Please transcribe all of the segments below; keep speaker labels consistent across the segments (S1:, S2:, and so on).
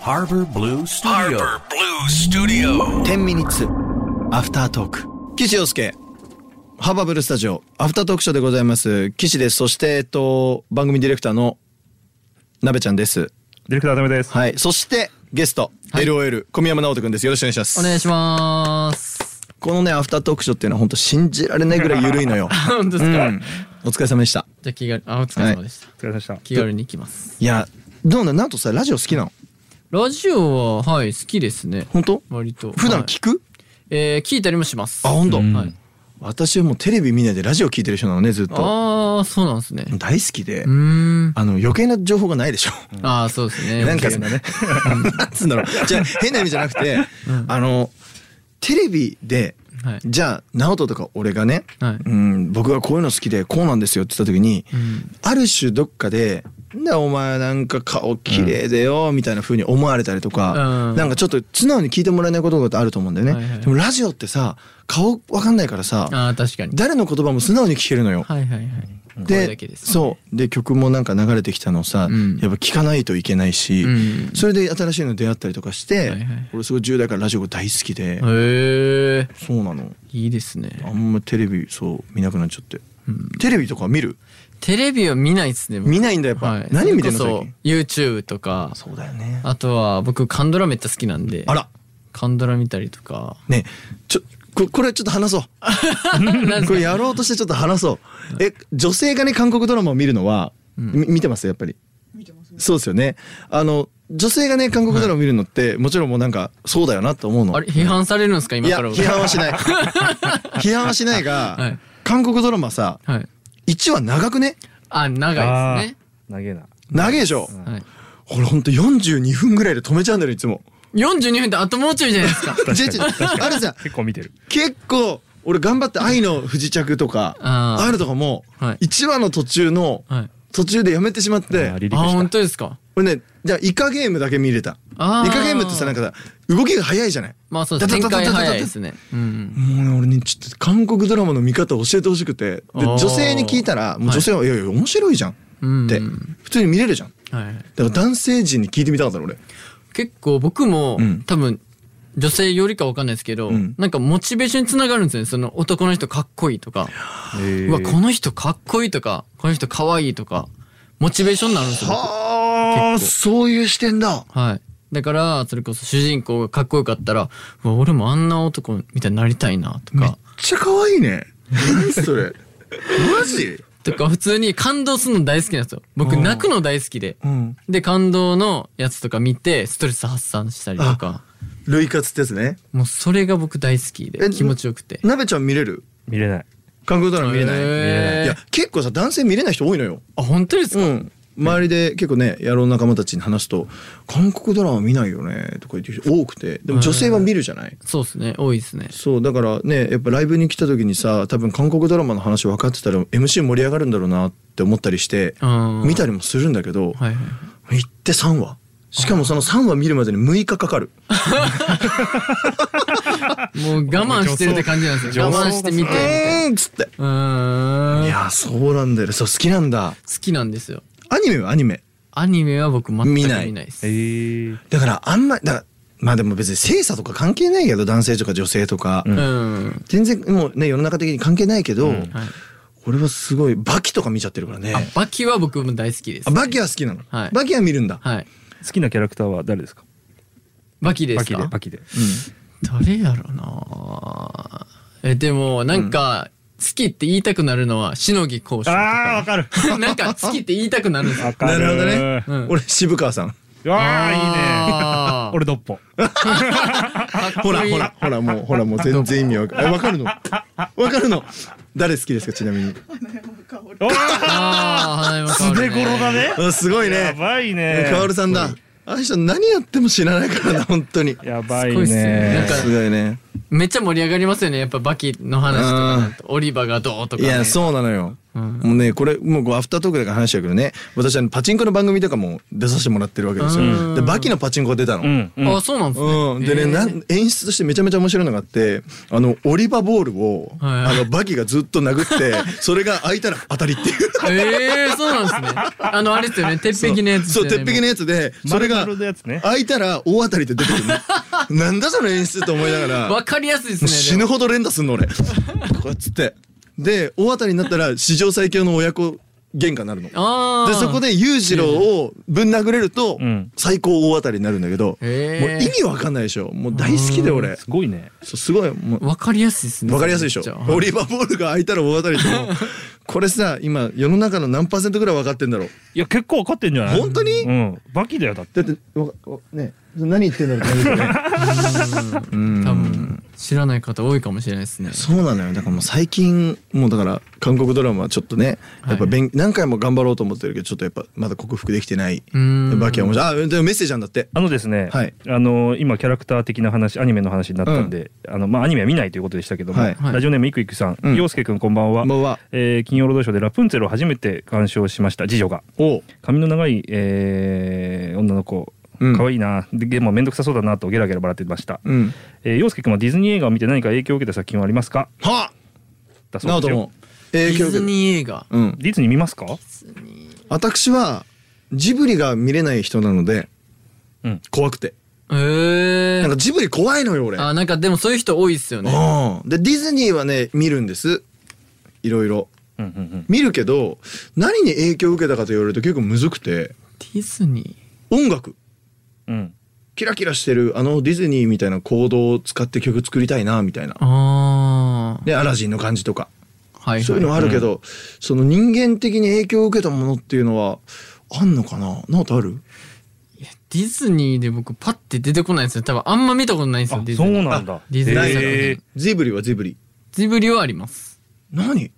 S1: Harbor Blue Studio
S2: 10ミニッツアフタートーク岸洋介ハーバーブルスタジオアフタートークショーでございます岸ですそしてえっと番組ディレクターの鍋ちゃんです
S3: ディレクターダメです。
S2: はいそしてゲスト、LOL 小宮山直人くんですよろしくお願いします
S4: お願いします。
S2: このねアフタートークショーっていうのは本当信じられないぐらい緩い のよ
S4: 本当ですか。
S2: うんお疲れ様でした
S4: じゃあ気軽あお疲れ様でした。
S3: お疲れ様でした。
S4: 気軽に行きます。
S2: いやどうなんなんとさラジオ好きなの
S4: ラジオははい好きですね。
S2: 本当
S4: 割と
S2: 普段
S4: はい
S2: 聞く、
S4: えー聞いたりもします。
S2: あ本当、
S4: はい。
S2: 私はもうテレビ見ないでラジオ聞いてる人なのねずっと
S4: ああそうなんですね。
S2: 大好きで、
S4: うーん。
S2: あの余計な情報がないでしょ
S4: ああそうですね。
S2: なんか
S4: そ
S2: そ
S4: ん
S2: のね、 なんつうんだろう。じゃあ変な意味じゃなくて、あの、テレビで、
S4: はい
S2: じゃあ、直人とか俺がね、
S4: はい
S2: うん、僕がこういうの好きで、こうなんですよって言った時に、
S4: うん
S2: ある種どっかで、なんだお前なんか顔綺麗でよ、みたいな風に思われたりとか、
S4: うん
S2: なんかちょっと素直に聞いてもらえないことってあると思うんだよね。
S4: はいはい
S2: でもラジオってさ、顔わかんないからさ、
S4: ああ確かに。
S2: 誰の言葉も素直に聞けるのよ。
S4: はいはいはい。声だけですね
S2: そうで曲もなんか流れてきたのをさ、
S4: うん
S2: やっぱ聞かないといけないし、
S4: うん
S2: それで新しいの出会ったりとかして、
S4: はいはい
S2: 俺すごい10代からラジオが大好きで、
S4: へえ
S2: そうなの
S4: いいですね。
S2: あんまテレビそう見なくなっちゃって、テレビとか見る
S4: テレビは見ないですね。僕
S2: 見ないんだやっぱ、
S4: はい。
S2: 何見てんの
S4: それ
S2: 最
S4: こ
S2: 近
S4: そ YouTube とか。
S2: そうだよねあ
S4: あとは僕カンドラめっちゃ好きなんで。
S2: ら
S4: カンドラ見たりとか。
S2: ねちょここれちょっと話 そうこれやろうとしてちょっと話そうえ女性がね韓国ドラマを見るのは、み見てますやっぱりそうですよねあの女性がね韓国ドラマを見るのって、もちろんもうなんかそうだよなと思うの
S4: あれ批判されるんですか
S2: い
S4: 今
S2: や
S4: から僕
S2: 批判は しない批判はしないが、
S4: はい
S2: 韓国ドラマさ
S4: はい。
S2: 1話長くね
S4: あ長いですね。
S3: あー。長えな。
S2: 長いでしょ、
S4: はい。
S2: 俺ほんと42分ぐらいで止めちゃうんだよいつも
S4: 42分ってあともうちょいじゃないですか。
S2: 違う違うあれさ
S3: 結構見てる。
S2: 結構俺頑張って「愛の不時着」とか
S4: あ
S2: あ
S4: ー
S2: あいうのとかも
S4: はい
S2: 1話の途中の
S4: はい。
S2: 途中でやめてしまっ
S3: あ
S2: て
S3: ーリリ
S4: あ、
S3: ークした
S4: 本当ですか。
S2: 俺ねじゃあイカゲームだけ見れたイ
S4: あー
S2: カゲームってさなんかさ動きが早いじゃない
S4: まあそうです。
S2: だだ
S4: 展
S2: だだ
S4: 開
S2: だだ
S4: 早いですね。うん。
S2: もうね俺ねちょっと韓国ドラマの見方教えてほしくてで
S4: あー
S2: 女性に聞いたらもう女性は「いやいや面白いじゃん」
S4: うん
S2: って普通に見れるじゃん
S4: はい。
S2: だから男性陣に聞いてみたかったの俺
S4: 結構僕も、
S2: うん
S4: 多分女性よりかわかんないですけど、
S2: うん
S4: なんかモチベーションにつながるんですよね。その男の人かっこいいとか、うわこの人かっこいいとか、この人かわいいとか、モチベーションになるんですよ。僕
S2: ああそういう視点だ
S4: はい。だから、それこそ主人公がかっこよかったら、うわ俺もあんな男みたいになりたいなと
S2: めっ
S4: か、
S2: ちゃ可愛いね何そ れマジ
S4: とか普通に感動するの大好きなんですよ。僕泣くの大好きで。
S2: うん
S4: で、感動のやつとか見て、ストレス発散したりとか、
S2: 類活ってやつね
S4: もうそれが僕大好き
S2: え
S4: で、気持ちよくて。
S2: なべちゃん見れる
S3: 見れない。
S2: 韓国ドラマ見れない、
S4: へー
S2: いや結構さ男性見れない人多いのよ
S4: あ、本当ですか、
S2: うん周りで結構ね野郎仲間たちに話すと「韓国ドラマ見ないよね」とか言ってる人多くてでも女性は見るじゃない
S4: そうですね、多いですね。
S2: そうだからねやっぱライブに来た時にさ多分韓国ドラマの話分かってたら MC 盛り上がるんだろうなって思ったりして
S4: うん
S2: 見たりもするんだけど、
S4: はいはい。
S2: 行って3話しかもその3話見るまでに6日かかる
S4: もう我慢してるって感じなんですよ。
S3: 女装
S4: 我慢して見
S2: う
S4: てみたい
S2: ーんっつって
S4: な。
S2: い
S4: うーん。好
S2: やそうなんだよねそう好きなんだ
S4: きなんですよ。
S2: アニメはアニメ
S4: アニメは僕全く見ないです。
S3: えー。
S2: だからあんまだからまあでも別に性差とか関係ないけど男性とか女性とか、
S4: うん。
S2: 全然もうね世の中的に関係ないけど、
S4: はい。
S2: 俺はすごいバキとか見ちゃってるからね
S4: あ、バキは僕も大好きです、
S2: あバキは好きなの、
S4: はい
S2: バキは見るんだ、
S4: はい。
S3: 好きなキャラクターは誰ですか。
S4: バキで
S3: バ
S4: す
S3: キ
S4: か
S3: で、バキで。
S4: 誰やろなえ、でも、なんか、好きって言いたくなるのは、しのぎ講師と
S3: ああ、わ
S4: か。
S3: かる。
S4: なんか、好きって言いたくなるんですよ
S3: わかる。
S2: なるほどね
S4: うん
S2: 俺渋川さん
S3: うわあ、いいね。
S4: あ ー
S3: 俺ドッポ。
S4: かっ
S2: ほら
S4: こいい
S2: ほらほらもうほらもう全然意味わかるわかるのわかるの誰好きですかちなみに
S4: あー花山
S3: す
S4: 薫
S3: でごろだね。
S2: あすごい
S3: や
S2: ね
S3: ばいね。
S2: カオルさんだあの人何やっても知らないからな本当に
S3: やばい
S4: すごいっすよねなん
S3: ね
S4: か。
S2: すごいね
S4: めっちゃ盛り上がりますよね。やっぱ、バキの話とかだと、オリバがどうとか、
S2: い
S4: ね。
S2: やそうなのよ
S4: うん
S2: もうねこれもうこうアフタートークだから話しちゃうけどね私あのパチンコの番組とかも出させてもらってるわけですよ、
S4: うん
S2: でバキのパチンコが出たの、
S3: うんうん
S4: あそうなんですね、
S2: うん、でね、
S4: えー
S2: なん演出としてめちゃめちゃ面白いのがあってあのオリバボールを、
S4: は
S2: あ
S4: い
S2: のバキがずっと殴って それが開いたら当たりっていう。
S4: ええー、そうなんですねあのあれですよね鉄壁のやつです
S2: そ
S4: よ
S2: う
S4: ね
S2: 鉄壁のやつでそれが
S3: 丸々のやつね
S2: 開いたら大当たりって出てく るのなんだその演出と思いながら
S4: わかりやすいです
S2: もう
S4: ね
S2: 死ぬほど連打すんの俺こうやっつってで大当たりになったら史上最強の親子喧嘩になるの
S4: ああ
S2: でそこで裕次郎をぶん殴れると
S3: うん
S2: 最高大当たりになるんだけど、
S4: へ
S2: も
S4: ー
S2: う意味わかんないでしょもう大好きで俺
S3: すごいね
S2: そうすごいもう
S4: わかりやすいですね
S2: わかりやすいでし
S4: じゃ
S2: ょ
S4: あ
S2: オリバーボールが開いたら大当たりってもうこれさ今世の中の何パーセントぐらい分かってんだろう
S3: いや結構分かってんじゃない
S2: 本当に
S3: うんバキだよだって
S2: だってわかわね何言ってんだろうってなるよね
S4: 多分知らない方多いかもしれないですね
S2: そうなのよだからもう最近もうだから韓国ドラマはちょっとねやっぱ、勉何回も頑張ろうと思ってるけどちょっとやっぱまだ克服できてない
S4: うん
S2: バキは面白いあでもメッセージなんだって
S3: あのですね、
S2: はい
S3: あの今キャラクター的な話アニメの話になったんで、あのまあアニメは見ないということでしたけども、
S2: はい
S4: はい
S3: ラジオネームいくいくさん、
S2: うん
S3: 陽介くんこんばんは、
S2: こんばんは
S3: えー金曜ロードショーでラプンツェルを初めて鑑賞しました次女が
S2: おう
S3: 髪の長い、えー女の子
S2: うん
S3: 可愛いな、ででも面倒くさそうだなとゲラゲラ笑ってました、
S2: うん
S3: えー、陽介くんはディズニー映画を見て何か影響を受けた作品はありますか
S2: はな
S3: だそ
S2: お
S3: うで
S2: と
S3: すよ
S2: も
S4: デ
S2: 影響
S4: ィ
S2: を受
S4: ズ
S2: け
S4: ニー映画
S2: たうん
S3: ディズニー見ますか
S2: 私はジブリが見れない人なので
S3: うん
S2: 怖くて
S4: ええ
S2: なんかジブリ怖いのよ俺
S4: あなんかでもそういう人多いっすよね
S2: うんでディズニーはね見るんですいろいろ
S3: うんうんうん
S2: 見るけど何に影響を受けたかと言われると結構むずくて
S4: ディズニー
S2: 音楽
S3: うん
S2: キラキラしてるあのディズニーみたいな行動を使って曲作りたいなみたいな
S4: ああ
S2: でアラジンの感じとか
S4: はい
S2: そういうのはあるけど、その人間的に影響を受けたものっていうのはあんのかななおとある
S4: ディズニーで僕パッて出てこないんですよ多分あんま見たことないんですよ
S3: あ
S4: ディズ
S3: そ
S4: ニー
S3: うなんだ
S4: ディズニー作品
S3: へー
S2: ジブリはジブリ
S4: ジブリはあります
S2: 何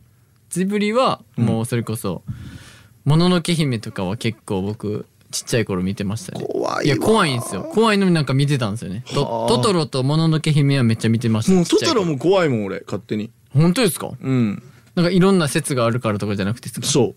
S4: ジブリはもうそれこそ「もののけ姫」とかは結構僕ちっちゃい頃見てましたね
S2: 怖いわ
S4: や怖いんですよ怖いのになんか見てたんですよね
S2: は
S4: と
S2: あ
S4: トトロともののけ姫はめっちゃ見てました
S2: もう
S4: ち
S2: ト
S4: っちゃい
S2: ト
S4: 頃
S2: ロも怖いもん俺勝手に
S4: 本当ですか
S2: うん
S4: なんかいろんな説があるからとかじゃなくてですか
S2: そ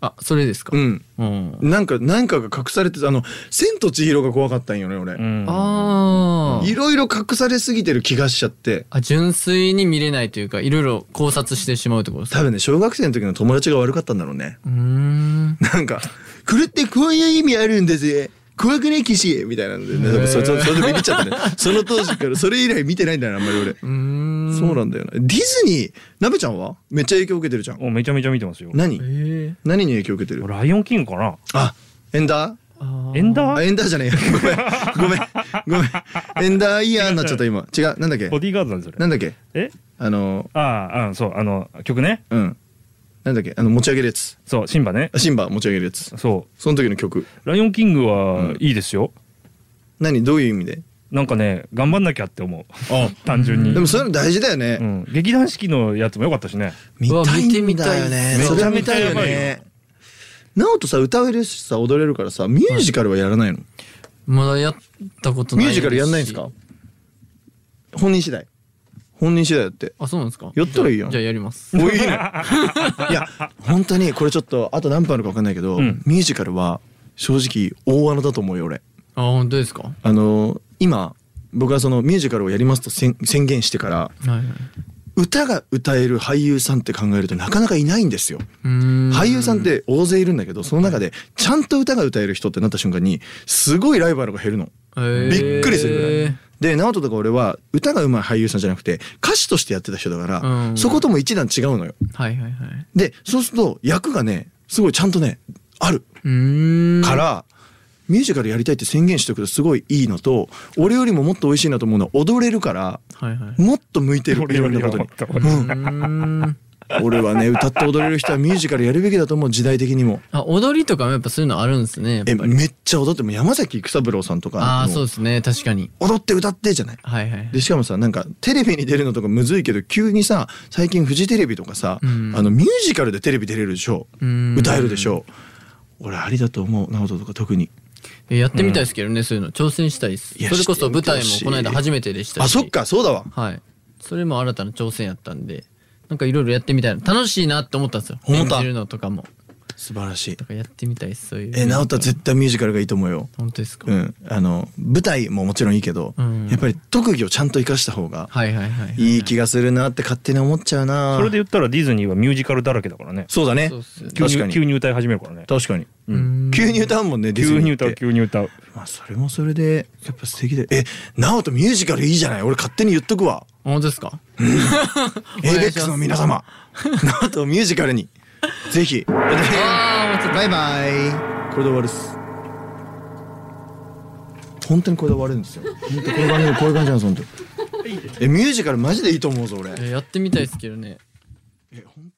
S4: あそれですか
S2: ううん
S4: うん
S2: なんかなんかが隠されてたあの「千と千尋」が怖かったんよね俺、
S3: うん
S4: あ
S2: い
S4: ー
S2: ろいろ隠されすぎてる気がしちゃって
S4: あ純粋に見れないというかいろいろ考察してしまうってことですか
S2: 多分ね小学生の時の友達が悪かったんだろうね
S4: うーん
S2: なんか「これってこういう意味あるんだぜ怖くね騎士」みたいなんでね多分そそそれでビビっちゃったねその当時からそれ以来見てないんだよねあんまり俺
S4: うーん
S2: そうなんだよなディズニーなべちゃんはめっちゃ影響受けてるじゃん
S3: おめちゃめちゃ見てますよ
S2: 何
S4: え
S2: 何に影響受けてる
S3: ライオンキングかな
S2: あエンダー
S3: エンダ
S2: あ
S3: ー
S2: エンダーじゃねえよごめんごめんごめんエンダーイヤーになっちゃった今違うなんだっけ
S3: ボディーガードなんですよ
S2: な
S3: ね
S2: んだっけ
S3: え
S2: あの
S3: ああ、うん、そう、あの、曲ね。
S2: うんなんだっけあの持ち上げるやつ
S3: そう、シンバね
S2: あ。シンバ持ち上げるやつ
S3: そ
S2: その時の曲
S3: う。ライオンキング
S2: う
S3: は
S2: ん
S3: いいですよ。
S2: 何どういう意味で
S3: なんかね、頑張んなきゃって思う。
S2: あ
S3: 単純に。
S2: でもそういうの大事だよね、
S3: うん、劇団四季のやつも良かったしね。
S2: 見たいんだよね
S4: うわ見てみたい
S2: それは見たいよ
S3: めちゃめちゃや
S2: ねなおとさ歌えるしさ踊れるからさミュージカルはやらないの、
S4: まだやったことな
S2: ミ
S4: い
S2: ュージカルやんないんですか本人次第本人次第だって
S4: あそうなんですか
S2: やったらいいやん
S4: じゃあじゃあやります
S2: おい いねいや本当にこれちょっとあと何分あるか分かんないけど、
S3: うん
S2: ミュージカルは正直大穴だと思うよ俺
S4: あ本当ですかは
S2: あの今僕はそのミュージカルをやりますと宣宣言してから
S4: いはい
S2: 歌が歌える俳優さんって考えるとなかなかいないんですよ
S4: うーん
S2: 俳優さんって大勢いるんだけどその中でちゃんと歌が歌える人ってなった瞬間にすごいライバルが減るの。
S4: へー
S2: びっくりするぐらい。で直人とか俺は歌が上手い俳優さんじゃなくて歌手としてやってた人だから、
S4: うん
S2: そことも一段違うのよ。
S4: はいはいはい
S2: でそうすると役がねすごいちゃんとねある
S4: うーん
S2: から、ミュージカルやりたいって宣言しておくとすごいいいのと俺よりももっと美味しいなと思うのは踊れるから
S4: はいはい
S2: もっと向いてるいろんなことに。
S3: と
S2: う
S4: うんーん
S2: 俺はね歌って踊れる人はミュージカルやるべきだと思う時代的にも。
S4: あ踊りとかもやっぱそういうのあるんですねやっ
S2: え
S4: ぱり
S2: めっちゃ踊っても山崎育三郎さんとか
S4: ああ
S2: も
S4: そうですね確かに
S2: 踊って歌ってじゃない
S4: はいはい
S2: でしかもさなんかテレビに出るのとかむずいけど急にさ最近フジテレビとかさ、
S4: うん
S2: あのミュージカルでテレビ出れるでしょ、
S4: うん
S2: 歌えるでしょ俺ありだと思う直人とか特に
S4: えやってみたいですけどね、そういうの挑戦したいです
S2: いや
S4: それこそ舞台も
S2: してみてほしい
S4: この間初めてでしたし
S2: あそっかそうだわ
S4: はいそれも新たな挑戦やったんでなんかいろいろやってみたいな楽しいなって思ったんですよ
S2: 思っ
S4: 演
S2: た
S4: じるのとかも
S2: 素晴らしい
S4: だからやってみたいですそういう
S2: え直太
S4: 絶
S2: 絶対ミュージカルがいいと思うよ
S4: 本当ですか、
S2: うんあの舞台ももちろんいいけど、
S4: うん
S2: やっぱり特技をちゃんと生かした方が
S4: はいはいはい
S2: いい気がするなって勝手に思っちゃうな
S3: それで言ったらディズニーはミュージカルだらけだからね
S2: そうだね
S4: そうっすよね
S3: 急
S2: 確か
S3: に急
S2: に
S3: に歌い始めるからね
S2: 確かに
S3: う
S4: うんん
S2: 急に歌うもんねディズ
S3: 急
S2: ニ
S3: に
S2: ーって
S3: 歌う急に歌う
S2: まあそれもそれでやっぱ素敵だよえ直人ミュージカルいいじゃない俺勝手に言っとくわ
S4: 本当ですか
S2: エ
S4: 願い
S2: イベッ
S4: します
S2: クスの皆 様直人ミュージカルにぜひ
S4: ああ
S2: バイバイこれで終わるっす本当にこれで終わるんですよ本当この番組こ ういう感じなんです本当えミュージカルマジでいいと思うぞ俺
S4: やってみたいですけどね
S2: え本当